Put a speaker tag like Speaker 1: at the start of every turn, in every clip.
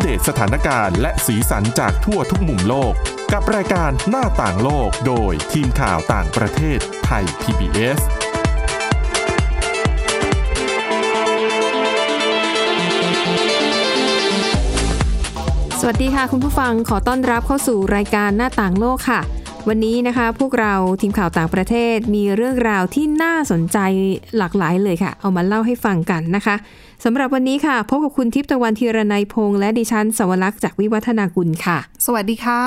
Speaker 1: เดตสถานการณ์และสีสันจากทั่วทุกมุมโลก กับรายการหน้าต่างโลกโดยทีมข่าวต่างประเทศไทย PBS
Speaker 2: สวัสดีค่ะคุณผู้ฟังขอต้อนรับเข้าสู่รายการหน้าต่างโลกค่ะ วันนี้นะคะ พวกเราทีมข่าวต่างประเทศมีเรื่องราวที่น่าสนใจหลากหลายเลยค่ะ เอามาเล่าให้ฟังกันนะคะสำหรับวันนี้ค่ะพบกับคุณทิพย์ตะวันธีรนัยพงษ์และดิฉันสวรักษ์จากวิวัฒนากุลค่ะ
Speaker 3: สวัสดีค่ะ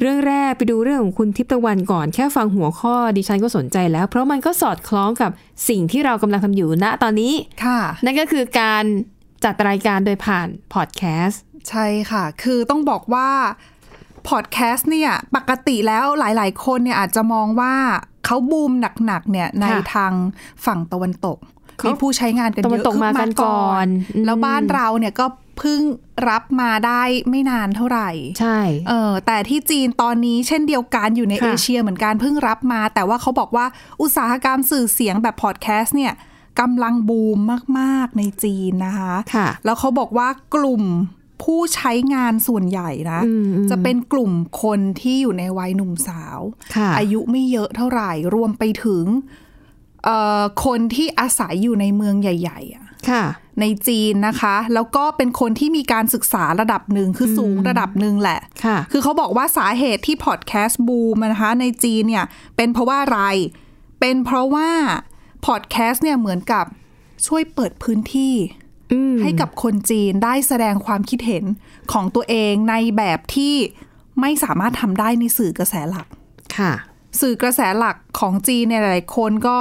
Speaker 2: เรื่องแรกไปดูเรื่องของคุณทิพย์ตะวันก่อนแค่ฟังหัวข้อดิฉันก็สนใจแล้ว เพราะมันก็สอดคล้องกับสิ่งที่เรากำลังทำอยู่ณตอนนี้
Speaker 3: ค่ะ
Speaker 2: นั่นก็คือการจัดรายการโดยผ่านพอดแคสต์
Speaker 3: ใช่ค่ะ คือต้องบอกว่าพอดแคสต์เนี่ย ปกติแล้วหลาย ๆ คนเนี่ยอาจจะมองว่าเขาบูมหนัก ๆ เนี่ยใน
Speaker 2: ค่ะ
Speaker 3: ทางฝั่งตะวันตก
Speaker 2: เขามี
Speaker 3: มีผู้ใช้งานกันเยอะ
Speaker 2: ตะวันตกมากันก่อนอืม
Speaker 3: แล้วบ้านเราเนี่ยก็เพิ่งรับมาได้ไม่นานเท่าไหร่
Speaker 2: ใช่
Speaker 3: เออแต่ที่จีนตอนนี้เช่นเดียวกันอยู่ใน
Speaker 2: ค่ะ
Speaker 3: เอเชียเหมือนกันเพิ่งรับมา แต่ว่าเขาบอกว่าอุตสาหกรรมสื่อเสียงแบบพอดแคสต์เนี่ยกำลังบูมมาก ๆ ในจีนนะคะ
Speaker 2: ค่ะ
Speaker 3: แล้วเขาบอกว่ากลุ่มผู้ใช้งานส่วนใหญ่นะ
Speaker 2: อืม
Speaker 3: จะเป็นกลุ่มคนที่อยู่ในวัยหนุ่มสาว
Speaker 2: ค่ะ
Speaker 3: อายุไม่เยอะเท่าไหร่ รวมไปถึงเอ่อคนที่อาศัยอยู่ในเมืองใหญ่ๆอะ
Speaker 2: ค่ะ
Speaker 3: ในจีนนะคะ แล้วก็เป็นคนที่มีการศึกษาระดับหนึ่งคือสูงระดับหนึ่งแหละ
Speaker 2: ค่ะ
Speaker 3: คือเขาบอกว่าสาเหตุที่พอดแคสต์บูมนะคะในจีนเนี่ย เป็นเพราะว่าอะไร เป็นเพราะว่าพอดแคสต์เนี่ยเหมือนกับช่วยเปิดพื้นที่
Speaker 2: อืม
Speaker 3: ให้กับคนจีนได้แสดงความคิดเห็นของตัวเองในแบบที่ไม่สามารถทำได้ในสื่อกระแสหลัก
Speaker 2: ค่ะ
Speaker 3: สื่อกระแสหลักของจีนเนี่ยหลายๆคนก็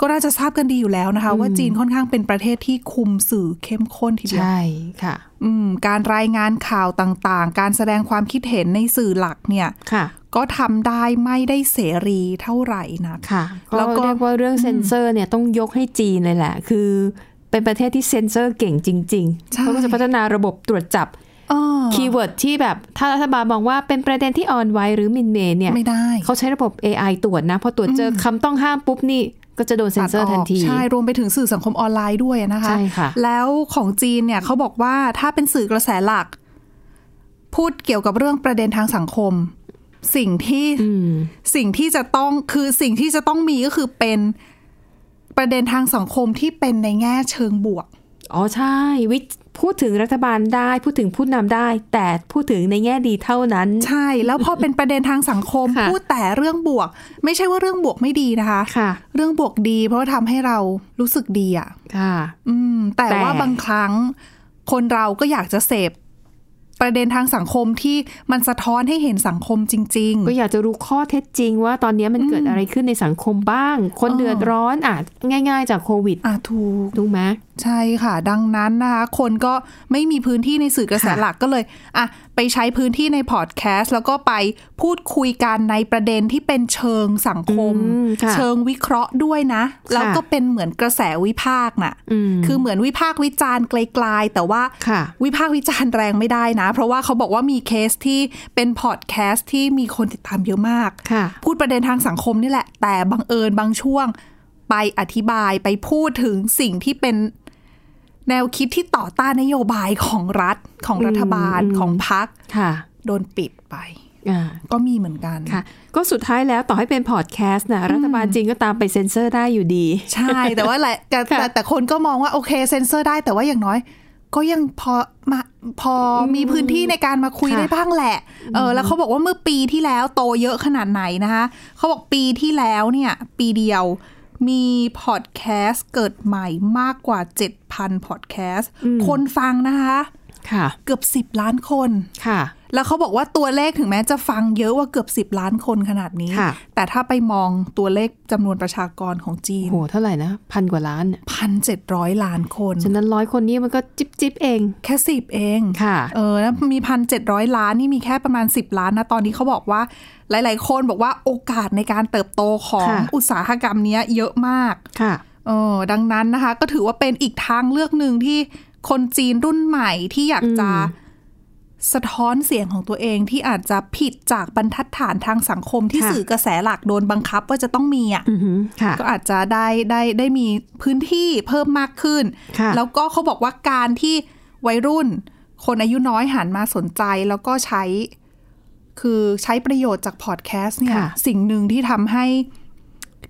Speaker 3: ก็น่าจะทราบกันดีอยู่แล้วนะคะ ว่าจีนค่อนข้างเป็นประเทศที่คุมสื่อเข้มข้นทีเดียว
Speaker 2: ใช่ ค่ะ
Speaker 3: อืมการรายงานข่าวต่างๆ การแสดงความคิดเห็นในสื่อหลักเนี่ย
Speaker 2: ค่ะ
Speaker 3: ก็ทำได้ไม่ได้เสรีเท่าไหร่นัก
Speaker 2: ค่ะ
Speaker 3: แล้
Speaker 2: แล้ว
Speaker 3: วก็
Speaker 2: ก็เรียกว่าเรื่องเซ็นเซอร์เนี่ยต้องยกให้จีนเลยแหละ คือเป็นประเทศที่เซ็นเซอร์เก่งจริงๆ เขาก็จะพัฒนาระบบตรวจจับ
Speaker 3: เออ
Speaker 2: คีย์เวิร์ดที่แบบ ถ้ารัฐบาลมองว่าเป็นประเด็นที่อ่อนไหวหรือหมินเหมนเนี่ย
Speaker 3: ไม่ได้
Speaker 2: เขาใช้ระบบ AI ตรวจนะ พอตรวจเจอคำต้องห้ามปุ๊บนี่ก็จะโดนเซ็นเซอร์ทันที
Speaker 3: ใช่รวมไปถึงสื่อสังคมออนไลน์ด้วยนะคะ
Speaker 2: ใช่ค่ะ
Speaker 3: แล้วของจีนเนี่ยเขาบอกว่าถ้าเป็นสื่อกระแสหลัก พูดเกี่ยวกับเรื่องประเด็นทางสังคม สิ่งที่
Speaker 2: อืม
Speaker 3: สิ่งที่จะต้องคือสิ่งที่จะต้องมีก็คือเป็นประเด็นทางสังคมที่เป็นในแง่เชิงบวก
Speaker 2: อ๋อใช่วิพูดถึงรัฐบาลได้ พูดถึงผู้นำได้ แต่พูดถึงในแง่ดีเท่านั้น
Speaker 3: ใช่ แล้วพอเป็นประเด็นทางสังคม
Speaker 2: ค่ะ
Speaker 3: พูดแต่เรื่องบวก ไม่ใช่ว่าเรื่องบวกไม่ดีนะคะ
Speaker 2: ค่ะ
Speaker 3: เรื่องบวกดี เพราะว่าทำให้เรารู้สึกดีอ่ะ
Speaker 2: ค่ะ
Speaker 3: อืม แต่
Speaker 2: แต่
Speaker 3: ว่าบางครั้งคนเราก็อยากจะเสพประเด็นทางสังคมที่มันสะท้อนให้เห็นสังคมจริง
Speaker 2: ก็อยากจะรู้ข้อเท็จจริงว่าตอนนี้มันเกิดอะไรขึ้นในสังคมบ้าง คน
Speaker 3: อ๋อ
Speaker 2: เดือดร้อนอาจง่ายๆจากโควิด
Speaker 3: ๆ อ่ะถูก
Speaker 2: ถูกไหม
Speaker 3: ใช่ค่ะ ดังนั้นนะคะคนก็ไม่มีพื้นที่ในสื่อกระแส
Speaker 2: ค่ะ
Speaker 3: หลักก็เลยอ่ะไปใช้พื้นที่ในพอดแคสต์แล้วก็ไปพูดคุยกันในประเด็นที่เป็นเชิงสังคม
Speaker 2: อืมค่ะ
Speaker 3: เชิงวิเคราะห์ด้วยนะ แล้วก็เป็นเหมือนกระแสวิพากษ์น่ะ
Speaker 2: อืม
Speaker 3: คือเหมือนวิพากษ์วิจารณ์ไกลๆแต่ว่า
Speaker 2: ค่ะ
Speaker 3: วิพากษ์วิจารณ์แรงไม่ได้นะ เพราะว่าเขาบอกว่ามีเคสที่เป็นพอดแคสต์ที่มีคนติดตามเยอะมาก
Speaker 2: ค่ะ
Speaker 3: พูดประเด็นทางสังคมนี่แหละ แต่บังเอิญบางช่วงไปอธิบายไปพูดถึงสิ่งที่เป็นแนวคิดที่ต่อต้านนโยบายของรัฐของรัฐบาลของพรรค
Speaker 2: ค่ะ
Speaker 3: โดนปิดไป
Speaker 2: อ่า
Speaker 3: ก็มีเหมือนกัน
Speaker 2: ค่ะ ก็สุดท้ายแล้วต่อให้เป็นพอดแคสต์นะรัฐบาลจีนก็ตามไปเซ็นเซอร์ได้อยู่ดี
Speaker 3: ใช่แต่ว่า แหละแต่แต่แต่คนก็มองว่าโอเคเซ็นเซอร์ได้แต่ว่าอย่างน้อย ก็ยังพอมาพอมีพื้นที่ในการมาคุย
Speaker 2: ค่ะ
Speaker 3: ได้บ้างแหละเออแล้วเขาบอกว่าเมื่อปีที่แล้วโตเยอะขนาดไหนนะคะเขาบอกปีที่แล้วเนี่ยปีเดียวมีพอดแคสต์เกิดใหม่มากกว่า 7,000พอดแคสต์
Speaker 2: อืม
Speaker 3: คนฟังนะคะ
Speaker 2: ค่ะ
Speaker 3: เกือบ 10 ล้านคน
Speaker 2: ค่ะ
Speaker 3: แล้วเขาบอกว่าตัวเลขถึงแม้จะฟังเยอะว่าเกือบ 10 ล้านคนขนาดนี้
Speaker 2: ค่ะ
Speaker 3: แต่ถ้าไปมองตัวเลขจำนวนประชากรของจีน
Speaker 2: โหเท่าไหร่นะพันกว่าล้านเนี่ย
Speaker 3: พันเจ็ดร้อยล้านคน
Speaker 2: ฉะนั้นร้อยคนนี้มันก็จิบจิบๆเอง
Speaker 3: แค่สิบเอง
Speaker 2: ค่ะ
Speaker 3: เออแล้วมีพันเจ็ดร้อยล้านนี่มีแค่ประมาณสิบล้านนะ ตอนนี้เขาบอกว่าหลาย ๆ คนบอกว่าโอกาสในการเติบโตของ
Speaker 2: ค่ะ
Speaker 3: อุตสาหกรรมเนี้ยเยอะมาก
Speaker 2: ค่ะ
Speaker 3: เออดังนั้นนะคะ ก็ถือว่าเป็นอีกทางเลือกหนึ่งที่คนจีนรุ่นใหม่ที่อยากจะ สะท้อนเสียงของตัวเองที่อาจจะผิดจากบรรทัดฐานทางสังคมที่
Speaker 2: ค่ะ
Speaker 3: สื่อกระแสหลักโดนบังคับว่าจะต้องมีอ่ะ
Speaker 2: อือหือค่ะ
Speaker 3: ก็อาจจะได้ได้ได้มีพื้นที่เพิ่มมากขึ้น
Speaker 2: ค่ะ
Speaker 3: แล้วก็เขาบอกว่าการที่วัยรุ่น คนอายุน้อยหันมาสนใจแล้วก็ใช้ คือใช้ประโยชน์จากพอดแคสต์เนี่ย
Speaker 2: ค่ะ
Speaker 3: สิ่งหนึ่งที่ทำให้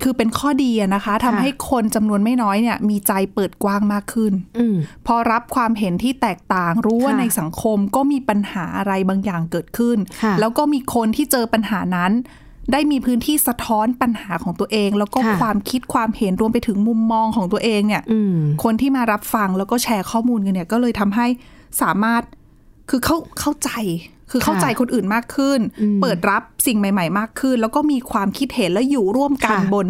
Speaker 3: คือเป็นข้อดีอะนะคะทำ
Speaker 2: ค่ะ
Speaker 3: ให้คนจำนวนไม่น้อยเนี่ย มีใจเปิดกว้างมากขึ้น
Speaker 2: อืม
Speaker 3: พอรับความเห็นที่แตกต่างรู้ว่า
Speaker 2: ค่ะ
Speaker 3: ในสังคมก็มีปัญหาอะไรบางอย่างเกิดขึ้น
Speaker 2: ค่ะ
Speaker 3: แล้วก็มีคนที่เจอปัญหานั้น ได้มีพื้นที่สะท้อนปัญหาของตัวเอง แล้วก็
Speaker 2: ค่ะ
Speaker 3: ความคิดความเห็นรวมไปถึงมุมมองของตัวเองเนี่ย
Speaker 2: อืม
Speaker 3: คนที่มารับฟังแล้วก็แชร์ข้อมูลกันเนี่ยก็เลยทำให้สามารถคือเข้าเข้าใจ คือเข้าใจคนอื่นมากขึ้น
Speaker 2: อืม
Speaker 3: เปิดรับสิ่งใหม่ ๆ มากขึ้น แล้วก็มีความคิดเห็นและอยู่ร่วมกัน
Speaker 2: ค่ะ
Speaker 3: บน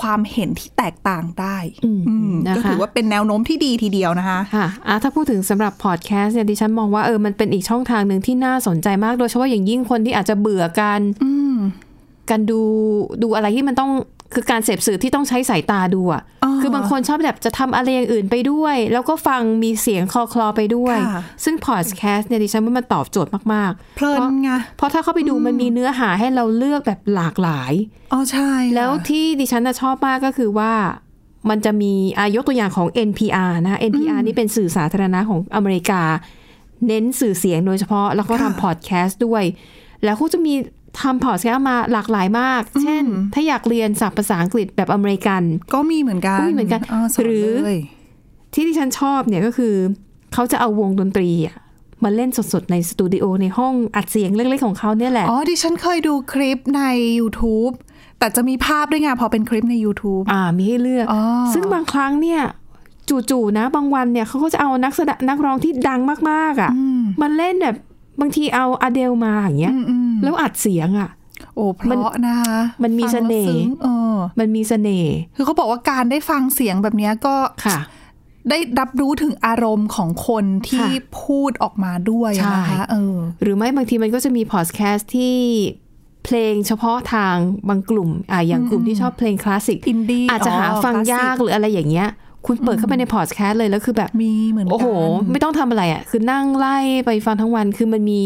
Speaker 3: ความเห็นที่แตกต่างได้
Speaker 2: อืม
Speaker 3: อืม
Speaker 2: นะ
Speaker 3: ก็
Speaker 2: คะ
Speaker 3: ถือว่าเป็นแนวโน้มที่ดีทีเดียวนะคะ
Speaker 2: ค่ะอ่ะถ้าพูดถึงสำหรับพอดแคสต์เนี่ยดิฉันมองว่าเออมันเป็นอีกช่องทางหนึ่งที่น่าสนใจมากโดยเฉพาะอย่างยิ่งคนที่อาจจะเบื่อการ
Speaker 3: อืม
Speaker 2: การดูดูอะไรที่มันต้องคือการเสพสื่อที่ต้องใช้สายตาดูอะ
Speaker 3: อ่า
Speaker 2: คือบางคนชอบแบบจะทำอะไรอย่างอื่นไปด้วย แล้วก็ฟังมีเสียงคลอคลอๆไปด้วย
Speaker 3: ค่ะ
Speaker 2: ซึ่งพอดแคสต์เนี่ยดิฉันว่ามันตอบโจทย์มากๆ
Speaker 3: เพลินไง
Speaker 2: เพราะถ้าเข้าไปดูมันมีเนื้อหาให้เราเลือกแบบหลากหลาย
Speaker 3: อ๋อใช่ค่ะ
Speaker 2: แล้วที่ดิฉันน่ะชอบมากก็คือว่ามันจะมีอายกตัวอย่างของ NPR นะคะ NPR นี่เป็นสื่อสาธารณะของอเมริกา เน้นสื่อเสียงโดยเฉพาะ แล้วก็ทำพอดแคสต์ด้วย แล้วเขาจะมีทำพอดแคสต์มาหลากหลายมาก เช่น ถ้าอยากเรียนศัพท์ภาษาอังกฤษแบบอเมริกัน
Speaker 3: ก็มีเหมือนกัน
Speaker 2: ก็มีเหมือนกันห
Speaker 3: ห
Speaker 2: รื
Speaker 3: รือ อ
Speaker 2: ที่ที่ฉันชอบเนี่ยก็คือเขาจะเอาวงดนตรีอะมาเล่นสดๆในสตูดิโอในห้องอัดเสียงเล็กๆของเขาเนี่ยแหละ
Speaker 3: อ๋อดิฉันเคยดูคลิปใน YouTube แต่จะมีภาพด้วยไงพอเป็นคลิปใน YouTube
Speaker 2: อ่ามีให้เลือก
Speaker 3: อ๋อ
Speaker 2: ซึ่งบางครั้งเนี่ย จู่ๆนะ บางวันเนี่ยเขาก็จะเอานักแสดงนักร้องที่ดังมากๆอะ่ะมันเล่นแบบบางทีเอาอเดลมาอย่างเงี้ยแล้วอัดเสียงอะ่ะ
Speaker 3: โอ้เพราะนะคะ
Speaker 2: มันมี
Speaker 3: ฟังแล้ว
Speaker 2: เสน่ห์
Speaker 3: ซึ้งเออ
Speaker 2: มันมีเสน่ห์
Speaker 3: คือเขาบอกว่าการได้ฟังเสียงแบบเนี้ยก็
Speaker 2: ค่ะ
Speaker 3: ได้รับรู้ถึงอารมณ์ของคนที่
Speaker 2: ค่ะ
Speaker 3: พูดออกมาด้วย
Speaker 2: ใช่
Speaker 3: นะคะเออ
Speaker 2: หรือไม่บางทีมันก็จะมีพอดแคสต์ที่เพลงเฉพาะทางบางกลุ่มอ่ะอย่างกลุ่มที่ชอบเพลงคลาสสิก
Speaker 3: อินดี้
Speaker 2: อาจจะหาฟัง
Speaker 3: อ๋อคลาสสิก
Speaker 2: ยากหรืออะไรอย่างเงี้ย คุณเปิดเข้าไปในพอดแคสต์เลยแล้วคือแบบ
Speaker 3: มีเหมือนกัน
Speaker 2: โอ้โห ไม่ต้องทำอะไรอะ่ะ คือนั่งไล่ไปฟังทั้งวัน คือมันมี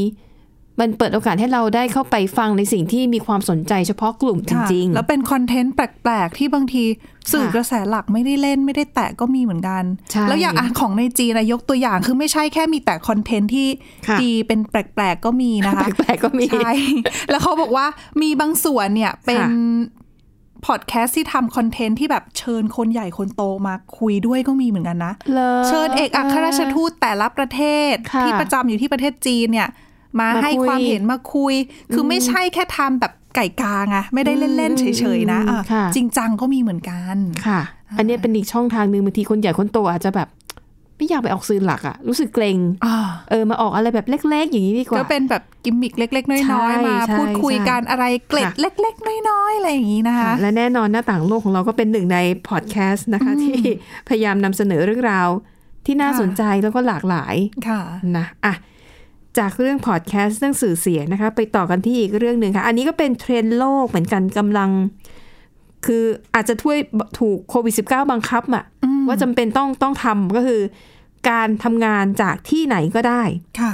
Speaker 2: มันเปิดโอกาสให้เราได้เข้าไปฟังในสิ่งที่มีความสนใจเฉพาะกลุ่มจ
Speaker 3: ค่ะ
Speaker 2: ริง ๆ
Speaker 3: แล้วเป็นคอนเทนต์แปลก ๆ ที่บางทีสื่อ
Speaker 2: ค่ะ
Speaker 3: กระแสหลักไม่ได้เล่นไม่ได้แตะก็มีเหมือนกัน
Speaker 2: ใช่
Speaker 3: แล้วอย่างอ่ะของในจีนนะยกตัวอย่างคือไม่ใช่แค่มีแต่คอนเทนต์ที่
Speaker 2: ค่ะ
Speaker 3: ดีเป็นแปลก ๆ ก็มีนะคะ
Speaker 2: แปลกๆก็มี
Speaker 3: ใช่ แล้วเขาบอกว่ามีบางส่วนเนี่ยเป็น
Speaker 2: ค่ะ
Speaker 3: พอดแคสต์ที่ทำคอนเทนต์ที่แบบเชิญคนใหญ่คนโตมาคุยด้วยก็มีเหมือนกันนะ
Speaker 2: หรอ
Speaker 3: เชิญเอกอัครราชทูตแต่ละประเทศ
Speaker 2: ค่ะ
Speaker 3: ที่ประจำอยู่ที่ประเทศจีนเนี่ย มา
Speaker 2: มา
Speaker 3: ให้
Speaker 2: คุย
Speaker 3: ความเห็นมาคุย คือไม่ใช่แค่ทำแบบไก่กาไงไม่ได้เล่น ๆ เฉย ๆ นะอ่ะจริงจังก็มีเหมือนกัน
Speaker 2: ค่ะ อันเนี้ยเป็นอีกช่องทางหนึ่งบางทีคนใหญ่คนโตอาจจะแบบ ไม่อยากไปออกสื่อหลักอะ่ะ รู้สึกเกรง
Speaker 3: อ่า
Speaker 2: เออ มาออกอะไรแบบเล็ก ๆ อย่างนี้ดีกว่า
Speaker 3: ก็เป็นแบบกิมมิกเล็ก ๆ
Speaker 2: ใช่
Speaker 3: น้อยๆมา
Speaker 2: ใช่
Speaker 3: พูดคุย
Speaker 2: ใช่
Speaker 3: กันอะไรเกล็ด
Speaker 2: ค่ะ
Speaker 3: เล็ก ๆ น้อยๆอะไรอย่างนี้นะคะ
Speaker 2: ค่ะและแน่นอนหน้าต่างโลกของเราก็เป็นหนึ่งในพอดแคสต์นะคะ ที่พยายามนำเสนอเรื่องราว ที่น่า
Speaker 3: ค่ะ
Speaker 2: สนใจแล้วก็หลากหลาย
Speaker 3: ค่ะ
Speaker 2: นะอ่ะจากเรื่องพอดแคสต์เรื่องสื่อเสียงนะคะ ไปต่อกันที่อีกเรื่องหนึ่งค่ะ อันนี้ก็เป็นเทรนด์โลกเหมือนกันกำลัง คืออาจจะถ้วยถูกโควิด -19 บังคับอะว่าจำเป็นต้องต้องทำก็คือการทำงานจากที่ไหนก็ได้
Speaker 3: ค่ะ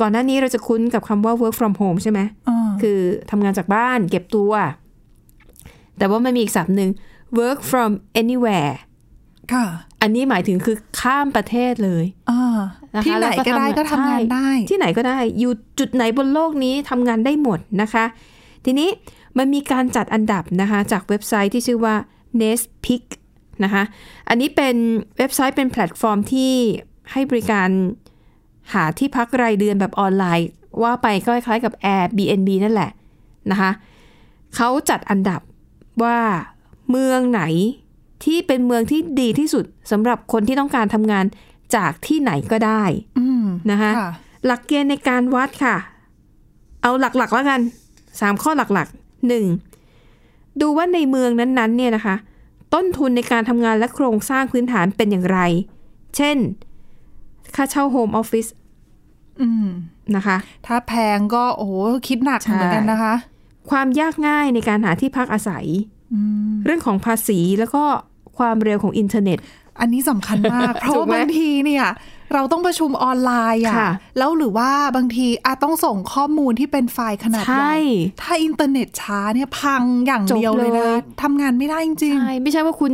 Speaker 2: ก่อนหน้านี้เราจะคุ้นกับคำว่า work from home ใช่ไหม
Speaker 3: อ่า
Speaker 2: คือทำงานจากบ้านเก็บตัว แต่ว่ามันมีอีกศัพท์หนึ่ง work from anywhere
Speaker 3: ค่ะ
Speaker 2: อันนี้หมายถึงคือข้ามประเทศเลย
Speaker 3: อ่า
Speaker 2: นะคะ
Speaker 3: ที่ไหนก็ได้
Speaker 2: แล้ว
Speaker 3: ก็ทำงาน
Speaker 2: ใช่
Speaker 3: ได้
Speaker 2: ที่ไหนก็ได้ อยู่จุดไหนบนโลกนี้ทำงานได้หมดนะคะ ทีนี้มันมีการจัดอันดับนะคะ จากเว็บไซต์ที่ชื่อว่า Nest Pick นะคะ อันนี้เป็นเว็บไซต์เป็นแพลตฟอร์มที่ให้บริการหาที่พักรายเดือนแบบออนไลน์ ว่าไปก็คล้ายๆกับ Airbnb นั่นแหละนะคะ เขาจัดอันดับว่าเมืองไหนที่เป็นเมืองที่ดีที่สุดสำหรับคนที่ต้องการทำงานจากที่ไหนก็ได้
Speaker 3: อืม
Speaker 2: นะคะ
Speaker 3: ค่ะ
Speaker 2: หลักเกณฑ์ในการวัดค่ะ เอาหลักๆแล้วกันสามข้อหลักๆหนึ่งดูว่าในเมืองนั้นๆเนี่ยนะคะ ต้นทุนในการทำงานและโครงสร้างพื้นฐานเป็นอย่างไร เช่น ค่าเช่าโฮมออฟฟิศ
Speaker 3: อืม
Speaker 2: นะคะ
Speaker 3: ถ้าแพงก็โอ้โหคิดหนักเหมือนกันนะคะ
Speaker 2: ความยากง่ายในการหาที่พักอาศัย
Speaker 3: อืม
Speaker 2: เรื่องของภาษีแล้วก็ความเร็วของอินเทอร์เน็ต
Speaker 3: อันนี้สำคัญมาก เพราะ
Speaker 2: ถูก
Speaker 3: ว่า
Speaker 2: ไหม
Speaker 3: บางทีเนี่ย เราต้องประชุมออนไลน์อะ
Speaker 2: ค่ะ
Speaker 3: แล้วหรือว่าบางทีอาจต้องส่งข้อมูลที่เป็นไฟล์ขนาด
Speaker 2: ใช
Speaker 3: ใหญ่
Speaker 2: ่
Speaker 3: ถ้าอินเทอร์เน็ตช้าเนี่ยพังอย่าง
Speaker 2: จบ
Speaker 3: เดียวเลย
Speaker 2: เล
Speaker 3: นะ
Speaker 2: ย
Speaker 3: ทำงานไม่ได้จริง
Speaker 2: ใช่ ไม่ใช่ว่าคุณ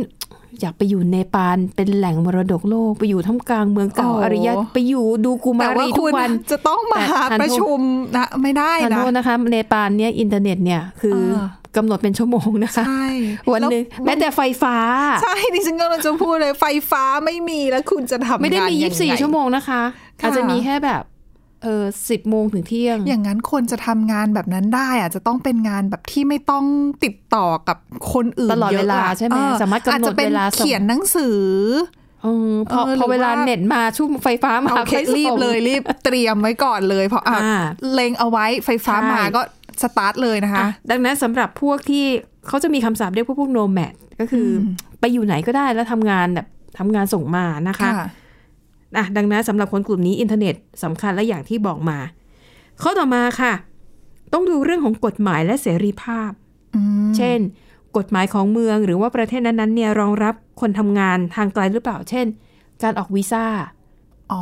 Speaker 2: อยากไปอยู่เนปาลเป็นแหล่งมรดกโลก ไปอยู่ท่ามกลางเมืองเก่า
Speaker 3: โอ้
Speaker 2: อารยะไปอยู่ดูกูมา
Speaker 3: แต่ว่า
Speaker 2: รีทุ
Speaker 3: คุ
Speaker 2: ก
Speaker 3: ณ
Speaker 2: วัน
Speaker 3: จะต้องมา
Speaker 2: แต่ทานโทษ
Speaker 3: ประชุมนะไม่ได้
Speaker 2: ทาน
Speaker 3: นะ
Speaker 2: โทษนะคะเนปาลเนี่ยอินเทอร์เน็ตเนี่ยคือ
Speaker 3: เออ
Speaker 2: กำหนดเป็นชั่วโมงนะคะ
Speaker 3: ใช่
Speaker 2: วันหนึ่ง
Speaker 3: แล้
Speaker 2: แม้แต่ไฟฟ้า
Speaker 3: ใช่ดิฉันกำลังจะพูดเลยไฟฟ้าไม่มีแล้วคุณจะทำ
Speaker 2: ไม่ได้มี
Speaker 3: งานยังไง
Speaker 2: 24 ชั่วโมงนะคะ
Speaker 3: ค่ะ
Speaker 2: อาจจะมีแค่แบบเออสิบโมงถึงเที่ยง
Speaker 3: อย่างนั้นคนจะทำงานแบบนั้นได้อาจจะต้องเป็นงานแบบที่ไม่ต้องติดต่อกับคนอื่น
Speaker 2: ตลอด
Speaker 3: ยะ
Speaker 2: เวลา
Speaker 3: อะ
Speaker 2: ใช่ไหม
Speaker 3: เออ
Speaker 2: สามารถกำหนด
Speaker 3: อจจะป็น
Speaker 2: เวลาส่ง
Speaker 3: เขียนหนังสือ
Speaker 2: เออพอ
Speaker 3: เออหรือ
Speaker 2: พอเวลา
Speaker 3: ว่า
Speaker 2: เน็ตมาช่วงไฟฟ้ามา
Speaker 3: โอเค
Speaker 2: ค่อยส่ง
Speaker 3: รีบเลยรี บเตรียมไว้ก่อนเลยเพราะอ่ะ
Speaker 2: อ่า
Speaker 3: เล็งเอาไว้ไฟฟ้า
Speaker 2: ใช่
Speaker 3: มาก็สตาร์ทเลยนะคะ
Speaker 2: อ่ะดังนั้นสำหรับพวกที่เขาจะมีคำศัพท์เรียกพวกพวกโนแมดก็คืออไปอยู่ไหนก็ได้แล้วทำงานแบบทำงานส่งมานะคะอ่ะดังนั้นสำหรับคนกลุ่มนี้อินเทอร์เน็ตสำคัญและอย่างที่บอกมา ข้อต่อมาค่ะ ต้องดูเรื่องของกฎหมายและเสรีภาพ
Speaker 3: อืม
Speaker 2: เช่น กฎหมายของเมืองหรือว่าประเทศนั้นๆเนี่ยรองรับคนทำงานทางไกลหรือเปล่า เช่น การออกวีซ่า
Speaker 3: อ๋อ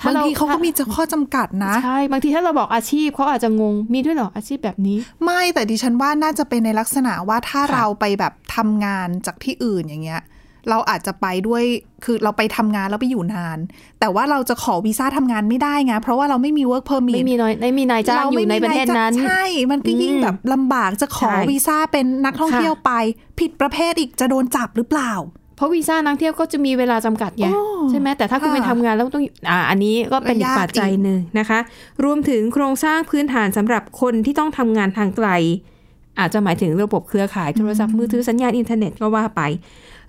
Speaker 2: ถ้า
Speaker 3: บาง
Speaker 2: เรา
Speaker 3: ทีเขาก็มีข้อจำกัดนะ
Speaker 2: ใช่ บางทีถ้าเราบอกอาชีพเขาอาจจะงงมีด้วยเหรออาชีพแบบนี้
Speaker 3: ไม่แต่ดิฉันว่าน่าจะเป็นในลักษณะว่าถ้า
Speaker 2: ค่ะ
Speaker 3: เราไปแบบทำงานจากที่อื่นอย่างเงี้ย เราอาจจะไปด้วยคือเราไปทำงานแล้วไปอยู่นาน แต่ว่าเราจะขอวีซ่าทำงานไม่ได้ไงเพราะว่าเราไม่มี work permit
Speaker 2: ไม่มีน้อยไม่มีนายจ้าง
Speaker 3: เร
Speaker 2: อ
Speaker 3: ไม่
Speaker 2: ยู่ในประเทศนั้น
Speaker 3: มีายจ้างใช่ มันก็ยิ่ง
Speaker 2: อืม
Speaker 3: แบบลำบากจะขอ
Speaker 2: ใช่
Speaker 3: วีซ่าเป็นนักท่อง
Speaker 2: ค่ะ
Speaker 3: เที่ยวไป ผิดประเภทอีกจะโดนจับหรือเปล่า
Speaker 2: เพราะวีซ่านักเที่ยวก็จะมีเวลาจำกัดไง
Speaker 3: โอ้
Speaker 2: ใช่ไหมแต่ถ้าคุณ
Speaker 3: ค่ะ
Speaker 2: ไปทำงานแล้วต้องอยู่อ่าอันนี้ก็เป็นอีก
Speaker 3: ยาก
Speaker 2: ปัจจัย
Speaker 3: อีก
Speaker 2: หนึ่งนะคะ รวมถึงโครงสร้างพื้นฐานสำหรับคนที่ต้องทำงานทางไกล อาจจะหมายถึงระบบเครือข่ายโทรศัพท์มือถือสัญญาณอินเทอร์เน็ตก็ว่าไป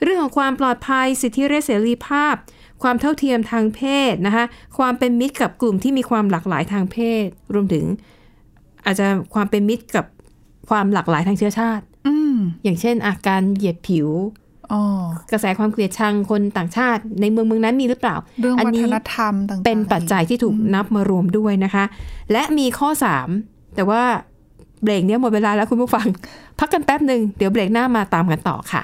Speaker 2: เรื่องของความปลอดภัยสิทธิและเสรีภาพ ความเท่าเทียมทางเพศนะคะความเป็นมิตรกับกลุ่มที่มีความหลากหลายทางเพศ รวมถึงอาจจะความเป็นมิตรกับความหลากหลายทางเชื้อชาติ
Speaker 3: อืม
Speaker 2: อย่างเช่นอาการเหยียดผิว
Speaker 3: อ๋อก
Speaker 2: ระแสความเกลียดชังคนต่างชาติในเมืองเมืองนั้นมีหรือเปล่า
Speaker 3: เรื่องวัฒน
Speaker 2: นี้
Speaker 3: ธรรมต่างๆ
Speaker 2: เป็นปัจจัยที่ถูกนับมารวมด้วยนะคะ และมีข้อ 3 แต่ว่าเบรกเนี้ยหมดเวลาแล้วคุณผู้ฟัง พักกันแป๊บหนึ่งเดี๋ยวเบรกหน้ามาตามกันต่อค่ะ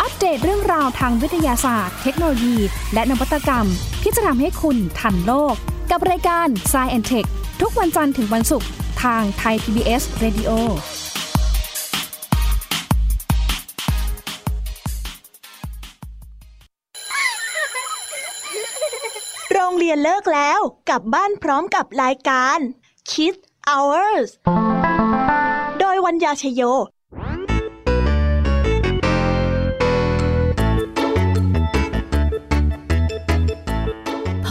Speaker 4: อัปเดตเรื่องราวทางวิทยาศาสตร์ เทคโนโลยี และนวัตกรรม ที่จะทำให้คุณทันโลก กับรายการ s c i e n t e c h ทุกวันจันทร์ถึงวันศุกร์ทางไทย PBS Radio
Speaker 5: โรงเรียนเลิกแล้วกลับบ้านพร้อมกับรายการ Kids Hours โดยวัญญาชยโย
Speaker 6: พ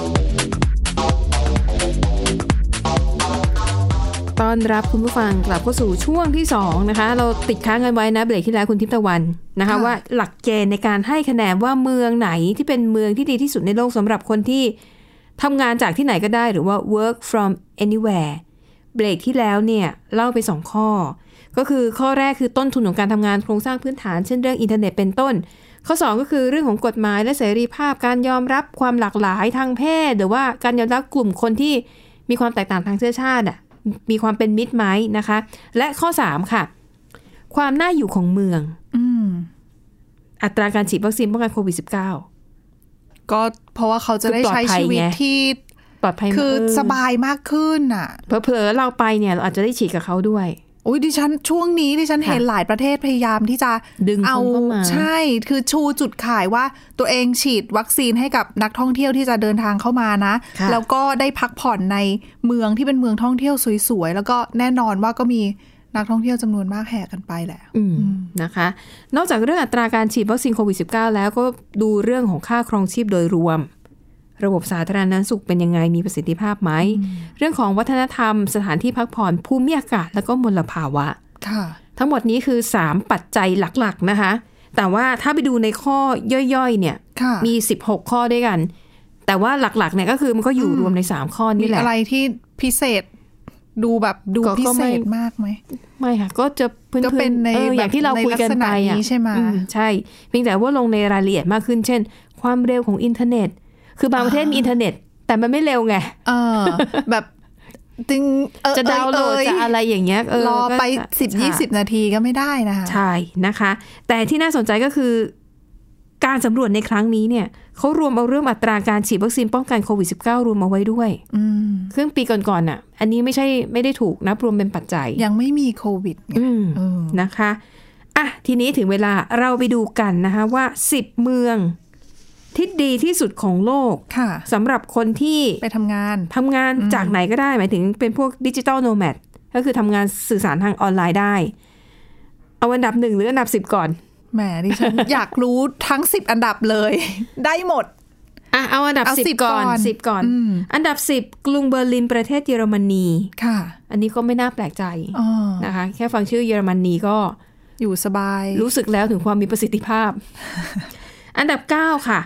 Speaker 2: ต้อนรับคุณผู้ฟังกลับเข้าสู่ช่วงที่ 2 นะคะ เราติดค้างกันไว้นะเบรกที่แล้วคุณทิพย์ตะวันนะคะ
Speaker 3: ะ
Speaker 2: ว่าหลักเกณฑ์ในการให้คะแนนว่าเมืองไหนที่เป็นเมืองที่ดีที่สุดในโลกสำหรับคนที่ทำงานจากที่ไหนก็ได้หรือว่า work from anywhere เบรกที่แล้วเนี่ยเล่าไป 2 ข้อ ก็คือข้อแรกคือต้นทุนของการทำงานโครงสร้างพื้นฐาน เช่นเรื่องอินเทอร์เน็ตเป็นต้น ข้อ 2 ก็คือเรื่องของกฎหมายและเสรีภาพการยอมรับความหลากหลายทางเพศ หรือว่าการยอมรับกลุ่มคนที่มีความแตกต่างทางเชื้อชาติอ่ะมีความเป็นมิตรไหมนะคะ และข้อ 3 ค่ะ ความน่าอยู่ของเมือง
Speaker 3: อืม
Speaker 2: อัตราการฉีดวัคซีนป้องกันโควิด -19
Speaker 3: ก็เพราะว่าเขาจะได้ใช้ชีวิตที่
Speaker 2: ปลอดภัยไหม
Speaker 3: คือ
Speaker 2: เ
Speaker 3: สบายมากขึ้นอ่ะ
Speaker 2: เผลอๆเราไปเนี่ยเราอาจจะได้ฉีดกับเขาด้วย
Speaker 3: โอ้ยดิฉันช่วงนี้ดิฉัน
Speaker 2: ค่ะ
Speaker 3: เห็นหลายประเทศพยายามที่จะ
Speaker 2: ดึงคน
Speaker 3: เอา
Speaker 2: เข้ามา
Speaker 3: ใช่คือชูจุดขายว่าตัวเองฉีดวัคซีนให้กับนักท่องเที่ยวที่จะเดินทางเข้ามานะ
Speaker 6: ค่ะ
Speaker 3: แล้วก็ได้พักผ่อนในเมืองที่เป็นเมืองท่องเที่ยวสวยๆ แล้วก็แน่นอนว่าก็มีนักท่องเที่ยวจำนวนมากแห่กันไปแหละ
Speaker 2: อืมนะคะ นอกจากเรื่องอัตราการฉีดวัคซีนโควิด -19 แล้วก็ดูเรื่องของค่าครองชีพโดยรวม ระบบสาธารณสุขเป็นยังไงมีประสิทธิภาพไหม เรื่องของวัฒนธรรม สถานที่พักผ่อนภูมิอากาศ แล้วก็มลภาวะ
Speaker 3: ค่ะ
Speaker 2: ทั้งหมดนี้คือ 3 ปัจจัยหลัก ๆ นะคะ แต่ว่าถ้าไปดูในข้อย่อยๆเนี่ย
Speaker 3: ค่ะ
Speaker 2: มี 16 ข้อด้วยกัน แต่ว่าหลักๆเนี่ยก็คือมันก็อยู่รวมใน 3 ข้อ
Speaker 3: มี
Speaker 2: นี่แหละ
Speaker 3: อะไรที่พิเศษดูแบบดู
Speaker 2: ก็
Speaker 3: พิ
Speaker 2: ก็
Speaker 3: เศ
Speaker 2: ไม่
Speaker 3: ษมากไหม
Speaker 2: ไม่ค่ะ ก็จะพื้นๆ
Speaker 3: ก็เป็นใน
Speaker 2: เอออย่างที่เราคุยกันไป
Speaker 3: ในลักษณะ
Speaker 2: อ่ะ
Speaker 3: นี้ใช่ไหม
Speaker 2: อืใช่เพียงแต่ว่าลงในรายละเอียดมากขึ้น เช่น ความเร็วของอินเทอร์เน็ต คือบางประเทศมีอินเทอร์เน็ต แต่มันไม่เร็วไง
Speaker 3: เออ แบบตึงเอ่ย
Speaker 2: จะดาวน์โหลด
Speaker 3: เย
Speaker 2: จะอะไรอย่างเงี้ยเออ
Speaker 3: รอไป
Speaker 2: ก็
Speaker 3: สิบ
Speaker 2: ใช่
Speaker 3: ยี่สิบนาทีก็ไม่ได้นะคะ
Speaker 2: ใช่นะคะ แต่ที่น่าสนใจก็คือ การสำรวจในครั้งนี้เนี่ยเขารวมเอาเรื่องอัตราการฉีดวัคซีนป้องกันโควิด -19 รวมเอาไว้ด้วย
Speaker 3: อืม
Speaker 2: เครื่องปีก่อนๆน่ะ อันนี้ไม่ใช่ไม่ได้ถูกนับรวมเป็นปัจจัย
Speaker 3: ยังไม่มีโควิดไง
Speaker 2: อืม
Speaker 3: เออ
Speaker 2: นะคะอ่ะทีนี้ถึงเวลาเราไปดูกันนะคะว่า 10 เมืองที่ดีที่สุดของโลก
Speaker 3: ค่ะ
Speaker 2: สำหรับคนที่
Speaker 3: ไปทำงาน
Speaker 2: ทำงานจากไหนก็ได้ หมายถึงเป็นพวกดิจิตอลโนแมดก็คือทำงานสื่อสารทางออนไลน์ได้ เอาอันดับหนึ่งหรืออันดับสิบก่อน
Speaker 3: แหมดิฉัน อยากรู้ทั้งสิบอันดับเลย ได้หมด
Speaker 2: อ่ะเอาอันดับ
Speaker 3: เอา
Speaker 2: สิบ
Speaker 3: 10
Speaker 2: ก่อน
Speaker 3: ก่อน
Speaker 2: สิบก่อน
Speaker 3: อืม
Speaker 2: อันดับสิบกรุงเบอร์ลินประเทศเยอรมนี
Speaker 3: ค่ะ
Speaker 2: อันนี้ก็ไม่น่าแปลกใจ
Speaker 3: อ๋อ
Speaker 2: นะคะ แค่ฟังชื่อเยอรมนีก็
Speaker 3: อยู่สบาย
Speaker 2: รู้สึกแล้วถึงความมีประสิทธิภาพ อันดับ 9 ค่ะ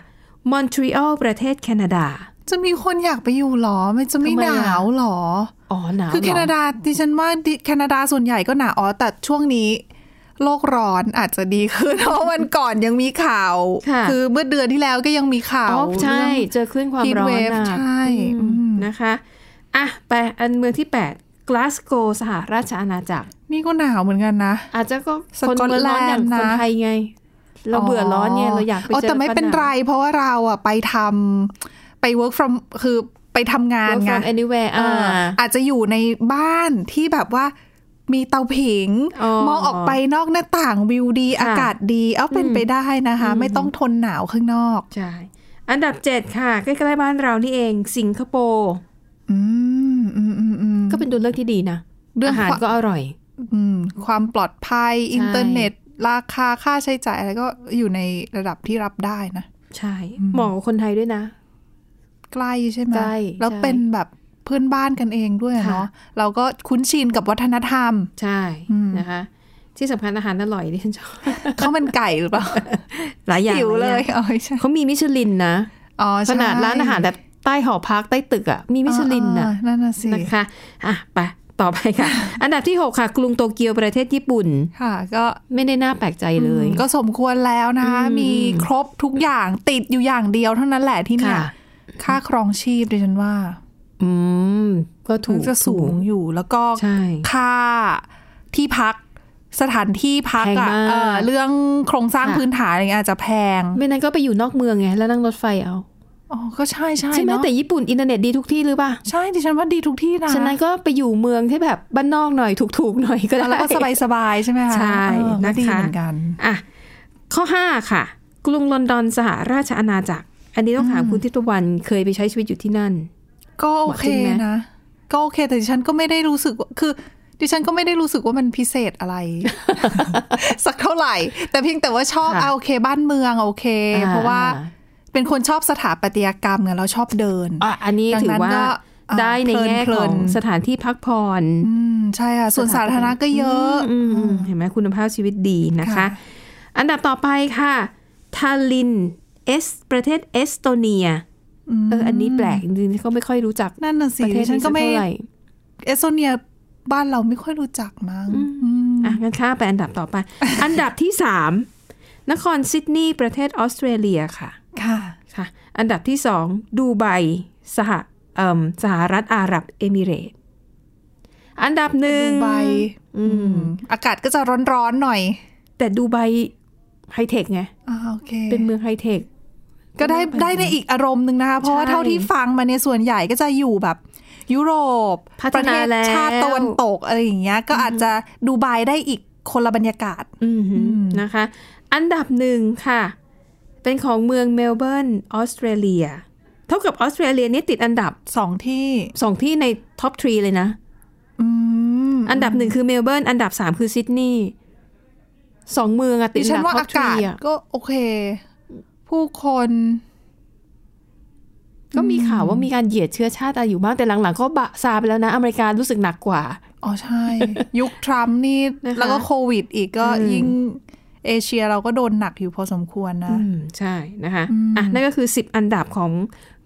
Speaker 2: มอนทรีออลประเทศแคนาดา
Speaker 3: จะมีคนอยากไปอยู่หรอ มันจะไม่
Speaker 2: ทำไม
Speaker 3: ห
Speaker 2: อะ
Speaker 3: นาวหรอ
Speaker 2: อ๋อหนาว
Speaker 3: คือแคนา
Speaker 2: เหร
Speaker 3: ดาดิฉันว่าดิแคนาดาส่วนใหญ่ก็หนาวอ๋อแต่ช่วงนี้ โลกร้อนอาจจะดีขึ้น เพราะวันก่อนยังมีข่าว
Speaker 2: ค่ะ
Speaker 3: อเมื่อเดือนที่แล้วก็ยังมีข่าว
Speaker 2: อ๋อใช่
Speaker 3: เรื่อง
Speaker 2: เจอคลื่นความ
Speaker 3: heat
Speaker 2: ร้อน
Speaker 3: wave
Speaker 2: หนัก
Speaker 3: ใช่
Speaker 2: อืม
Speaker 3: อืม
Speaker 2: นะคะอ่ะไปอันเมืองที่ 8 กลาสโกสหราชอาณาจักร
Speaker 3: นี่ก็หนาวเหมือนกันนะ
Speaker 2: อาจจะก็
Speaker 3: ส
Speaker 2: คน
Speaker 3: กอต
Speaker 2: เมืองร้อนอย่าง
Speaker 3: แลนด์นะ
Speaker 2: คนไทยไง เราเบื่อร้อนไงเราอยากไปเจอ
Speaker 3: แต่ไม่เป็น
Speaker 2: ฝง
Speaker 3: ไร เพราะว่าเราอ่ะไปทำไป work from คือไปทำงาน
Speaker 2: work
Speaker 3: ไง
Speaker 2: from anywhere
Speaker 3: เอ
Speaker 2: อ่า
Speaker 3: ออาจจะอยู่ในบ้านที่แบบว่ามีเตาผิง
Speaker 2: อ๋อ
Speaker 3: มองออกไปนอกหน้าต่างวิวดี
Speaker 2: ค่ะ
Speaker 3: อากาศดีเอาเป็น
Speaker 2: อืม
Speaker 3: ไปได้นะคะ
Speaker 2: อืม
Speaker 3: ไม่ต้องทนหนาวข้างนอก
Speaker 2: ใช่ อันดับ 7 ค่ะ ใกล้ๆบ้านเรานี่เอง สิงคโปร์
Speaker 3: อืมอืมอืมอืม
Speaker 2: ก็เป็นตัวเลือกที่ดีนะ
Speaker 3: เรื่อง
Speaker 2: อาหาร
Speaker 3: ความ
Speaker 2: ก็อร่อย
Speaker 3: อืมความปลอดภัย อินเทอร์เน็ต ราคาค่าใช้จ่ายอะไรก็อยู่ในระดับที่รับได้นะ
Speaker 2: ใช่เหมาะกับคนไทยด้วยนะ
Speaker 3: ใกล้ใช่ไหม
Speaker 2: ใกล้
Speaker 3: แล้ว
Speaker 2: ใช่
Speaker 3: เป็นแบบเพื่อนบ้านกันเองด้วยอะ
Speaker 2: ค่ะ
Speaker 3: เนาะ เราก็คุ้นชินกับวัฒนธรรม
Speaker 2: ใช่
Speaker 3: อืม
Speaker 2: นะคะ ที่สำคัญอาหารอร่อยดิฉันชอบ
Speaker 3: ข้าวมันไก่หรือเปล่า
Speaker 2: หลาย อย่าง
Speaker 3: หิว
Speaker 2: หา
Speaker 3: เล
Speaker 2: อาง
Speaker 3: ยอ๋อใช่
Speaker 2: เขามีมิชลินนะ
Speaker 3: อ๋อใช่
Speaker 2: ขนาดร้านอาหารแบบใต้หอพักใต้ตึกอ่ะมีมิชลิน
Speaker 3: อ่า
Speaker 2: นะ
Speaker 3: ๆนั่นน่ะสิ
Speaker 2: นะคะอ่ะไปต่อไป ค่ะ อันดับที่ 6 ค่ะ กรุงโตเกียวประเทศญี่ปุ่น
Speaker 3: ค่ะ ก็
Speaker 2: ไม่ได้น่าแปลกใจเลย
Speaker 3: อืมก็สมควรแล้วนะคะ
Speaker 2: อืม
Speaker 3: มีครบทุกอย่างติดอยู่อย่างเดียวเท่านั้นแหละที่เนี่ย
Speaker 2: ค่ะ
Speaker 3: ค่าครองชีพดิฉันว่า
Speaker 2: อืม ก็ถูก
Speaker 3: จะสูงอยู่แล้วก็
Speaker 2: ใช่
Speaker 3: ค่าที่พักสถานที่พัก
Speaker 2: แพง
Speaker 3: อะ
Speaker 2: มาก
Speaker 3: เออเรื่องโครงสร้าง
Speaker 2: ค่ะ
Speaker 3: พื้นฐานอะไรเงี้ยอาจจะแพง
Speaker 2: ไม่นั้นก็ไปอยู่นอกเมืองไง แล้วนั่งรถไฟเอา
Speaker 3: อ๋อก็ใช่ใช่
Speaker 2: ใช่ไหม
Speaker 3: เนาะ
Speaker 2: แต่ญี่ปุ่นอินเทอร์เน็ตดีทุกที่หรือเปล่า
Speaker 3: ใช่ดิฉันว่าดีทุกที่นะ
Speaker 2: ฉะนั้นก็ไปอยู่เมืองที่แบบบ้านนอกหน่อยถูกๆหน่อยก็ได้
Speaker 3: แล้วก็สบายสบายๆใช่ไหมคะ
Speaker 2: ใช่
Speaker 3: เออก็
Speaker 2: นะคะ
Speaker 3: ดีเหมือนกัน
Speaker 2: อ่ะข้อ 5 ค่ะ กรุงลอนดอนสหราชอาณาจักร อันนี้ต้องถามคุณทิพย์ตะวันเคยไปใช้ชีวิตอยู่ที่นั่น
Speaker 3: ก็โอเค
Speaker 2: เหมาะจริงไหม
Speaker 3: นะ ก็โอเคแต่ดิฉันก็ไม่ได้รู้สึกว่าคือ ดิฉันก็ไม่ได้รู้สึกว่ามันพิเศษอะไร สักเท่าไหร่ แต่เพียงแต่ว่าชอบ
Speaker 2: ค่ะ
Speaker 3: เอาโอเค บ้านเมืองโอเค เพราะว่าเป็นคนชอบสถาปัตยกรรมไงเราชอบเดิน
Speaker 2: อ่ะอันนี้
Speaker 3: ดัง
Speaker 2: ถือ
Speaker 3: นั้น
Speaker 2: ว่า
Speaker 3: ก็อ่ะ
Speaker 2: ได้ในแง่
Speaker 3: เพลิ
Speaker 2: ขอนง
Speaker 3: ๆ
Speaker 2: สถานที่พักผ่อน
Speaker 3: อืมใช่ค่ะส่วนสาธารณะก็เยอะ
Speaker 2: อืมอืมเห็นไหมคุณภาพชีวิตดีนะคะ
Speaker 3: ค่ะ
Speaker 2: อันดับต่อไปค่ะทาลินเอสประเทศเอสโตเนียเอออันนี้แปลกจริงๆเขาไม่ค่อยรู้จัก
Speaker 3: นั่นน่ะสิ
Speaker 2: ประเทศ
Speaker 3: ฉั
Speaker 2: นี้
Speaker 3: น
Speaker 2: สั
Speaker 3: ก็
Speaker 2: ก
Speaker 3: ไม่
Speaker 2: เท่าไหร่
Speaker 3: เอสโตเนียบ้านเราไม่ค่อยรู้จักมั้งอืม
Speaker 2: อ่ะงั้นข้ามไปอันดับต่อไป อันดับที่สามนครซิดนีย์ประเทศออสเตรเลียค่ะ
Speaker 3: ค่ะ
Speaker 2: ค่ะ อันดับที่สองดูไบสหเอิ่มสหรัฐอาหรับเอมิเรตส์อันดับหนึ่ง
Speaker 3: ดูไบ
Speaker 2: อืม
Speaker 3: อากาศก็จะร้อนๆหน่อย
Speaker 2: แต่ดูไบไฮเทคไง
Speaker 3: อ่าโอเค
Speaker 2: เป็นเมืองไฮเทค
Speaker 3: ก็ได้ได้ในอีกอารมณ์หนึ่งนะคะ เพราะว่า
Speaker 2: ใช่
Speaker 3: เท่าที่ฟังมาในยส่วนใหญ่ก็จะอยู่แบบ ยุโรป
Speaker 2: พัฒ
Speaker 3: ประ
Speaker 2: นา
Speaker 3: เทศ
Speaker 2: แล้ว
Speaker 3: ชาติตะวันตกอะไรอย่างเงี้ยก็อาจจะดูไบได้อีกคนละบรรยากาศ
Speaker 2: อืม
Speaker 3: อืม
Speaker 2: นะคะ อันดับหนึ่งค่ะ เป็นของเมืองเมลเบิร์นออสเตรเลีย เท่ากับออสเตรเลียนี่ติดอันดับ
Speaker 3: สองที่
Speaker 2: สองที่ในท็อปทรีเลยนะ
Speaker 3: อืม
Speaker 2: อันดับหนึ่งคือเมลเบิร์นอันดับสามคือซิดนีย์สองเมืองอะติด
Speaker 3: ดิ
Speaker 2: อั
Speaker 3: ฉั
Speaker 2: น
Speaker 3: น
Speaker 2: ดับ
Speaker 3: ว่า
Speaker 2: ท็อ
Speaker 3: อา
Speaker 2: ปทรี
Speaker 3: กาศ
Speaker 2: อะ
Speaker 3: ก็โอเค ผู้คน
Speaker 2: ก็มีข่าวว่ามีการเหยียดเชื้อชาติอะไรอยู่บ้างแต่หลังๆก็บะซาไปแล้วนะ อเมริการู้สึกหนักกว่า
Speaker 3: อ๋อใช่ ยุคทรัมป์นี่
Speaker 2: นะคะ
Speaker 3: แล้วก็โควิดอีกก็
Speaker 2: อืม
Speaker 3: ยิ่งเอเชียเราก็โดนหนักอยู่พอสมควรนะ
Speaker 2: อืมใช่นะคะ
Speaker 3: อืม
Speaker 2: อ่ะนั่นก็คือ 10 อันดับของ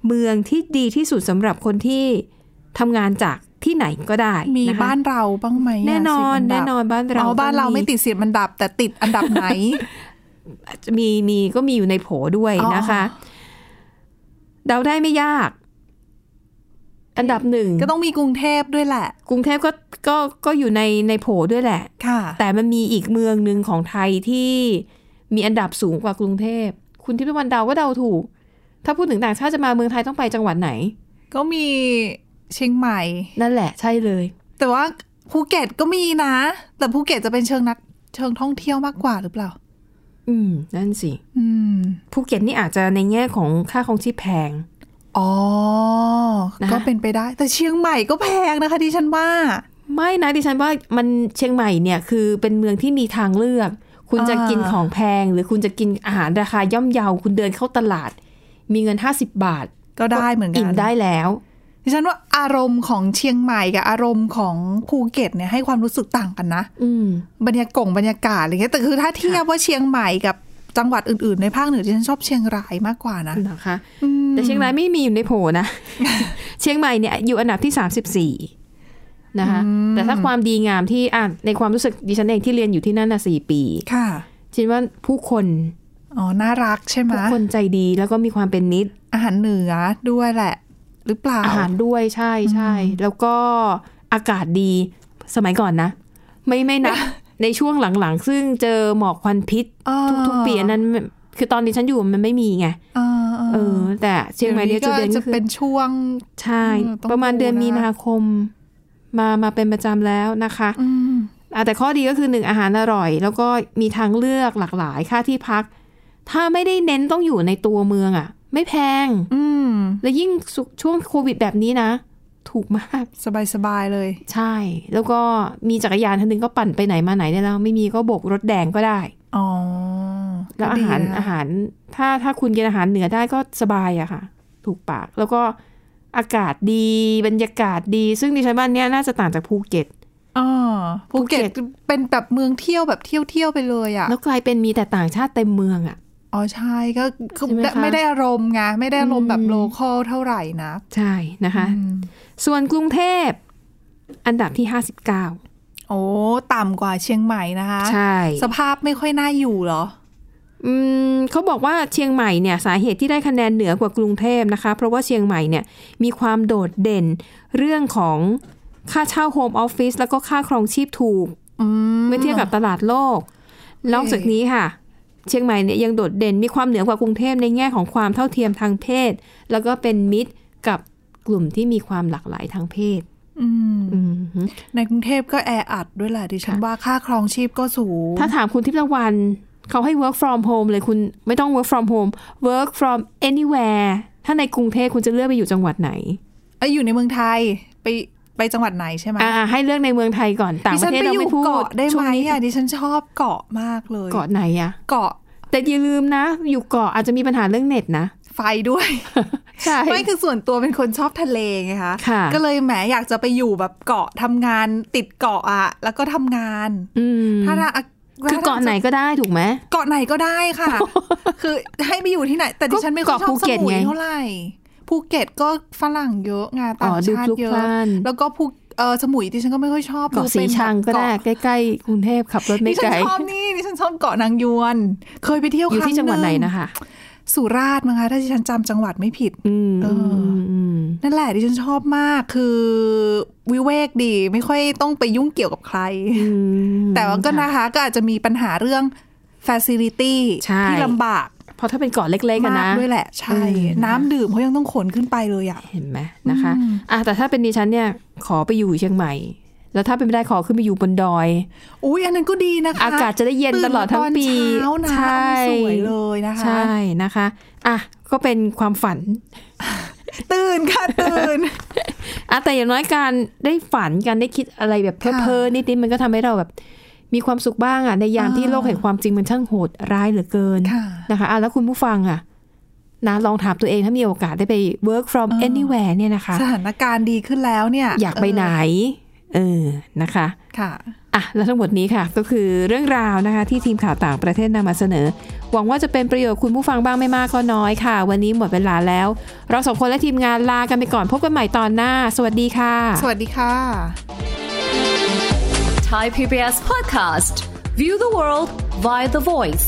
Speaker 2: เมืองที่ดีที่สุดสำหรับคนที่ทำงานจากที่ไหนก็ได้
Speaker 3: มี
Speaker 2: ะคะ
Speaker 3: บ้านเราบ้างไหมะ
Speaker 2: แน่นอน
Speaker 3: สิบดับ
Speaker 2: แน่นอนบ้านเรา
Speaker 3: อ๋อบ้านเราไม่
Speaker 2: ก็
Speaker 3: ติดสิบอันดับ แต่ติดอันดับไหน
Speaker 2: มีมีก็มีอยู่ในโผด้วย
Speaker 3: อ๋อ
Speaker 2: นะคะ เดาได้ไม่ยาก อันดับหนึ่ง
Speaker 3: ก็ต้องมีกรุงเทพด้วยแหละ
Speaker 2: กรุงเทพก็ก็ก็อยู่ในในโผด้วยแหละ
Speaker 3: ค่ะ
Speaker 2: แต่มันมีอีกเมืองหนึ่งของไทยที่มีอันดับสูงกว่ากรุงเทพ คุณทิพย์วันเดาว่าเดาถูก ถ้าพูดถึงต่างชาติจะมาเมืองไทยต้องไปจังหวัดไหน
Speaker 3: ก็มีเชียงใหม่
Speaker 2: นั่นแหละใช่เลย
Speaker 3: แต่ว่าภูเก็ตก็มีนะ แต่ภูเก็ตจะเป็นเชิงนัก เชิงท่องเที่ยวมากกว่าหรือเปล่า
Speaker 2: อืม นั่นสิ
Speaker 3: อืม
Speaker 2: ภูเก็ตนี่อาจจะในแง่ของค่าของชีพแพง
Speaker 3: อ๋อ
Speaker 2: นะคะ
Speaker 3: ก็เป็นไปได้ แต่เชียงใหม่ก็แพงนะคะที่ฉันว่า
Speaker 2: ไม่นะดิฉันว่ามันเชียงใหม่เนี่ยคือเป็นเมืองที่มีทางเลือก คุณจะ
Speaker 3: อ่า
Speaker 2: กินของแพง หรือคุณจะกินอาหารราคาย่อมเยา คุณเดินเข้าตลาด มีเงิน 50 บาท
Speaker 3: ก็ได้เหมือนกั
Speaker 2: อิ่ม
Speaker 3: น
Speaker 2: ได้แล้ว
Speaker 3: ดิฉันว่าอารมณ์ของเชียงใหม่กับอารมณ์ของภูเก็ตเนี่ยให้ความรู้สึกต่างกันนะ
Speaker 2: อืม
Speaker 3: บรรยากงบรรยากาศอะไรเงี้ย แต่คือถ้าเทียบว่าเชียงใหม่กับจังหวัดอื่นๆ ในภาคเหนือดิฉันชอบเชียงรายมากกว่านะ
Speaker 2: นะคะ แต่เชียงรายไม่มีอยู่ในโผล่ นะ เชียงใหม่เนี่ยอยู่อันดับที่ 34 นะคะ แต่ถ้าความดีงามที่อ่ะในความรู้สึกดิฉันเองที่เรียนอยู่ที่นั่นนะสี่ปี
Speaker 3: ค่ะ
Speaker 2: ฉันว่าผู้คน
Speaker 3: อ๋อ น่ารักใช่ไหม
Speaker 2: ผู้คนใจดีแล้วก็มีความเป็นนิด
Speaker 3: อาหารเหนือด้วยแหละ หรือเปล่า
Speaker 2: อาหารด้วยใช่ใช่แล้วก็อากาศดีสมัยก่อนนะ ไม่ไม่ นะ ในช่วงหลังๆ ซึ่งเจอหมอกควันพิษ
Speaker 3: อ่า
Speaker 2: ทุกๆปีอันนั้นไม่คือตอนนี้ฉันอยู่มันไม่มีไง
Speaker 3: อ่าๆ
Speaker 2: เออ แต่เชียงใหม่เนี่ยจุดเด่น
Speaker 3: ดี๋
Speaker 2: ก็
Speaker 3: ว
Speaker 2: คือ
Speaker 3: เป็นช่วง
Speaker 2: ใช่
Speaker 3: เออต้อง
Speaker 2: ประมาณเดือน
Speaker 3: ดูนะ
Speaker 2: มีนาคมมามาเป็นประจำแล้วนะคะ
Speaker 3: อืม
Speaker 2: อ่ะแต่ข้อดีก็คือหนึ่งอาหารอร่อย แล้วก็มีทางเลือกหลากหลายค่าที่พัก ถ้าไม่ได้เน้นต้องอยู่ในตัวเมืองอ่ะ ไม่แพง
Speaker 3: อืม
Speaker 2: และยิ่งสุช่วงโควิดแบบนี้นะ ถูกมาก
Speaker 3: สบายสบายๆเลย
Speaker 2: ใช่ แล้วก็มีจักรยานคันหนึงก็ปั่นไปไหนมาไหนได้แล้ว ไม่มีก็โบกรถแดงก็ได้
Speaker 3: อ๋อ
Speaker 2: แล้ว
Speaker 3: ก็
Speaker 2: อา
Speaker 3: ดี
Speaker 2: หาร
Speaker 3: นะ
Speaker 2: อาหาร ถ้าถ้าคุณกินอาหารเหนือได้ก็สบายอะค่ะ ถูกปาก แล้วก็อากาศดีบรรยากาศดี ซึ่งดิฉันบ้านเนี้ยน่าจะต่างจากภูเก็ต
Speaker 3: อ๋อภูเก็
Speaker 2: ภู
Speaker 3: ต
Speaker 2: เก็ต
Speaker 3: เป็นแบบเมืองเที่ยวแบบเที่ยวเที่ยวๆไปเลยอ่ะ
Speaker 2: แล้วกลายเป็นมีแต่ต่างชาติเต็มเมืองอะ
Speaker 3: อ๋อใช่ก็คือ
Speaker 2: ใช่ไหมคะ
Speaker 3: ไม่ได้อารมณ์ไงไม่ได้อารมณ์แบบ
Speaker 2: อืม
Speaker 3: โลคอลเท่าไหร่นะ
Speaker 2: ใช่นะคะ
Speaker 3: อืม
Speaker 2: ส่วนกรุงเทพ อันดับที่
Speaker 3: โอ้ต่ำกว่าเชียงใหม่นะคะ
Speaker 2: 59 ใช่
Speaker 3: สภาพไม่ค่อยน่าอยู่เหรอ
Speaker 2: อืมเขาบอกว่าเชียงใหม่เนี่ยสาเหตุที่ได้คะแนนเหนือกว่ากรุงเทพนะคะ เพราะว่าเชียงใหม่เนี่ยมีความโดดเด่นเรื่องของค่าเช่าโฮมออฟฟิศแล้วก็ค่าครองชีพถูก
Speaker 3: อืม
Speaker 2: เมื่อเทียบกับตลาดโลก นอกจากนี้ค่ะ เชียงใหม่เนี่ยยังโดดเด่นมีความเหนือกว่ากรุงเทพในแง่ของความเท่าเทียมทางเพศ แล้วก็เป็นมิตรกับกลุ่มที่มีความหลากหลายทางเพศ
Speaker 3: อืม
Speaker 2: อืมฮึ
Speaker 3: ในกรุงเทพก็แออัดด้วยแหละดิฉัน
Speaker 2: ค่ะ
Speaker 3: ว่าค่าครองชีพก็สูง
Speaker 2: ถ้าถามคุณทิพย์ตะวัน เขาให้ work from home เลยคุณไม่ต้อง work from home work from anywhere ถ้าในกรุงเทพคุณจะเลือกไปอยู่จังหวัดไหน
Speaker 3: เอยอยู่ในเมืองไทยไปไปจังหวัดไหนใช่ไหม
Speaker 2: อ่าให้เลือกในเมืองไทยก่อนต่างประเทศเรา
Speaker 3: ดิฉันไปอ
Speaker 2: ไม่
Speaker 3: ยู่
Speaker 2: พูด
Speaker 3: เกาะได้
Speaker 2: ช่
Speaker 3: ไห
Speaker 2: ว
Speaker 3: ม
Speaker 2: งนี้
Speaker 3: อ่ะดิฉันชอบเกาะมากเลย
Speaker 2: เกาะไหนอะ
Speaker 3: เกาะ
Speaker 2: แต่อย่าลืมนะ อยู่เกาะอาจจะมีปัญหาเรื่องเน็ตนะ
Speaker 3: ไฟด้วย
Speaker 2: ใช่
Speaker 3: ไม่คือส่วนตัวเป็นคนชอบทะเลไงคะ
Speaker 2: ค่ะ
Speaker 3: ก็เลยแหมอยากจะไปอยู่แบบเกาะทำงานติดเกาะอ่ะแล้วก็ทำงาน
Speaker 2: อืม
Speaker 3: ถ้าถ้า
Speaker 2: คือเกาะไหนก็ได้ถูกไหม
Speaker 3: เกาะไหนก็ได้ค่ะ คือให้ไปอยู่ที่ไหน แต่ดิฉันไม่ค่อยช
Speaker 2: ก็
Speaker 3: อบ
Speaker 2: เกาะ
Speaker 3: ส
Speaker 2: ภูเก็ต
Speaker 3: มุย
Speaker 2: ไง
Speaker 3: เท่าไหร่ภูเก็ตก็ฝรั่งเยอะงาน
Speaker 2: อ๋
Speaker 3: ต่า
Speaker 2: อง ดู
Speaker 3: ชาติ
Speaker 2: พลุก
Speaker 3: เย
Speaker 2: พ
Speaker 3: อะ
Speaker 2: ล่าน
Speaker 3: แล้วก็ภูเออสมุยดิฉันก็ไม่ค่อยชอบ
Speaker 2: เกาะ
Speaker 3: ดู
Speaker 2: สี
Speaker 3: ป็นแบบ
Speaker 2: ชังก็ได้
Speaker 3: เาะ
Speaker 2: ใกล้ๆกรุงเทพขับรถไม่
Speaker 3: ดิฉั
Speaker 2: ไกล
Speaker 3: นชอบนี่ดิฉันชอบเกาะนางยวน เคยไปเที่ยว
Speaker 2: อยู่
Speaker 3: ครั้ง
Speaker 2: ที่จังหวัดไหน
Speaker 3: ง
Speaker 2: นะคะ
Speaker 3: สุราษฎร์มั้งคะถ้าดิฉันจำจังหวัดไม่ผิด
Speaker 2: อืม
Speaker 3: เอ
Speaker 2: อื
Speaker 3: ออื
Speaker 2: มอืม
Speaker 3: นั่นแหละดิฉันชอบมากคือวิเวกดีไม่ค่อยต้องไปยุ่งเกี่ยวกับใคร
Speaker 2: อืม
Speaker 3: แต่ว่าก็นะคะก็อาจจะมีปัญหาเรื่อง facility
Speaker 2: ใช่
Speaker 3: ที่ลำบาก
Speaker 2: เพราะถ้าเป็นเกาะเล็กๆกัน
Speaker 3: มาก
Speaker 2: นะ
Speaker 3: ด้วยแหละ
Speaker 2: อ
Speaker 3: ใช่
Speaker 2: ืม
Speaker 3: น้ำดื่มเขายังต้องขนขึ้นไปเลยอ่ะ
Speaker 2: เห็นไหมนะคะ
Speaker 3: อืม
Speaker 2: อ่ะแต่ถ้าเป็นดิฉันเนี่ยขอไปอยู่เชียงใหม่ แล้วถ้าเป็นไม่ได้ขอขึ้นไปอยู่บนดอย
Speaker 3: อุ้ยอันนั้นก็ดีนะคะ
Speaker 2: อากาศจะได้เย็น
Speaker 3: ตื่
Speaker 2: ตลอดทั้งปี
Speaker 3: มาตอนเช้านะ
Speaker 2: ใช่
Speaker 3: สวยเลยนะคะ
Speaker 2: ใช่นะคะอ่ะก็เป็นความฝัน
Speaker 3: ตื่นค่ะตื่น
Speaker 2: อ่ะแต่อย่างน้อยการได้ฝันการได้คิดอะไรแบบเพ
Speaker 3: ค่ะ
Speaker 2: ้อๆนิดๆมันก็ทำให้เราแบบ มีความสุขบ้างอ่ะในยาม
Speaker 3: อ่า
Speaker 2: ที่โลกแห่งความจริงมันช่างโหดร้ายเหลือเกิน
Speaker 3: ค่ะ
Speaker 2: นะคะอ่ะแล้วคุณผู้ฟังอ่ะนะลองถามตัวเองถ้ามีโอกาสได้ไป work from
Speaker 3: อ่า
Speaker 2: anywhere เนี่ยนะคะ
Speaker 3: สถานการณ์ดีขึ้นแล้วเนี่ย
Speaker 2: อยากไปไหน
Speaker 3: เ
Speaker 2: เออนะคะ
Speaker 3: อค่ะ
Speaker 2: อ่ะแล้วทั้งหมดนี้ค่ะ ก็คือเรื่องราวนะคะ ที่ทีมข่าวต่างประเทศนำมาเสนอ หวังว่าจะเป็นประโยชน์คุณผู้ฟังบ้างไม่มากก็น้อยค่ะ วันนี้หมดเวลาแล้ว เราสองคนและทีมงานลากันไปก่อนพบกันใหม่ตอนหน้า สวัสดีค่ะ
Speaker 3: สวัสดีค่ะ
Speaker 7: Thai PBS podcast. View the world via the voice.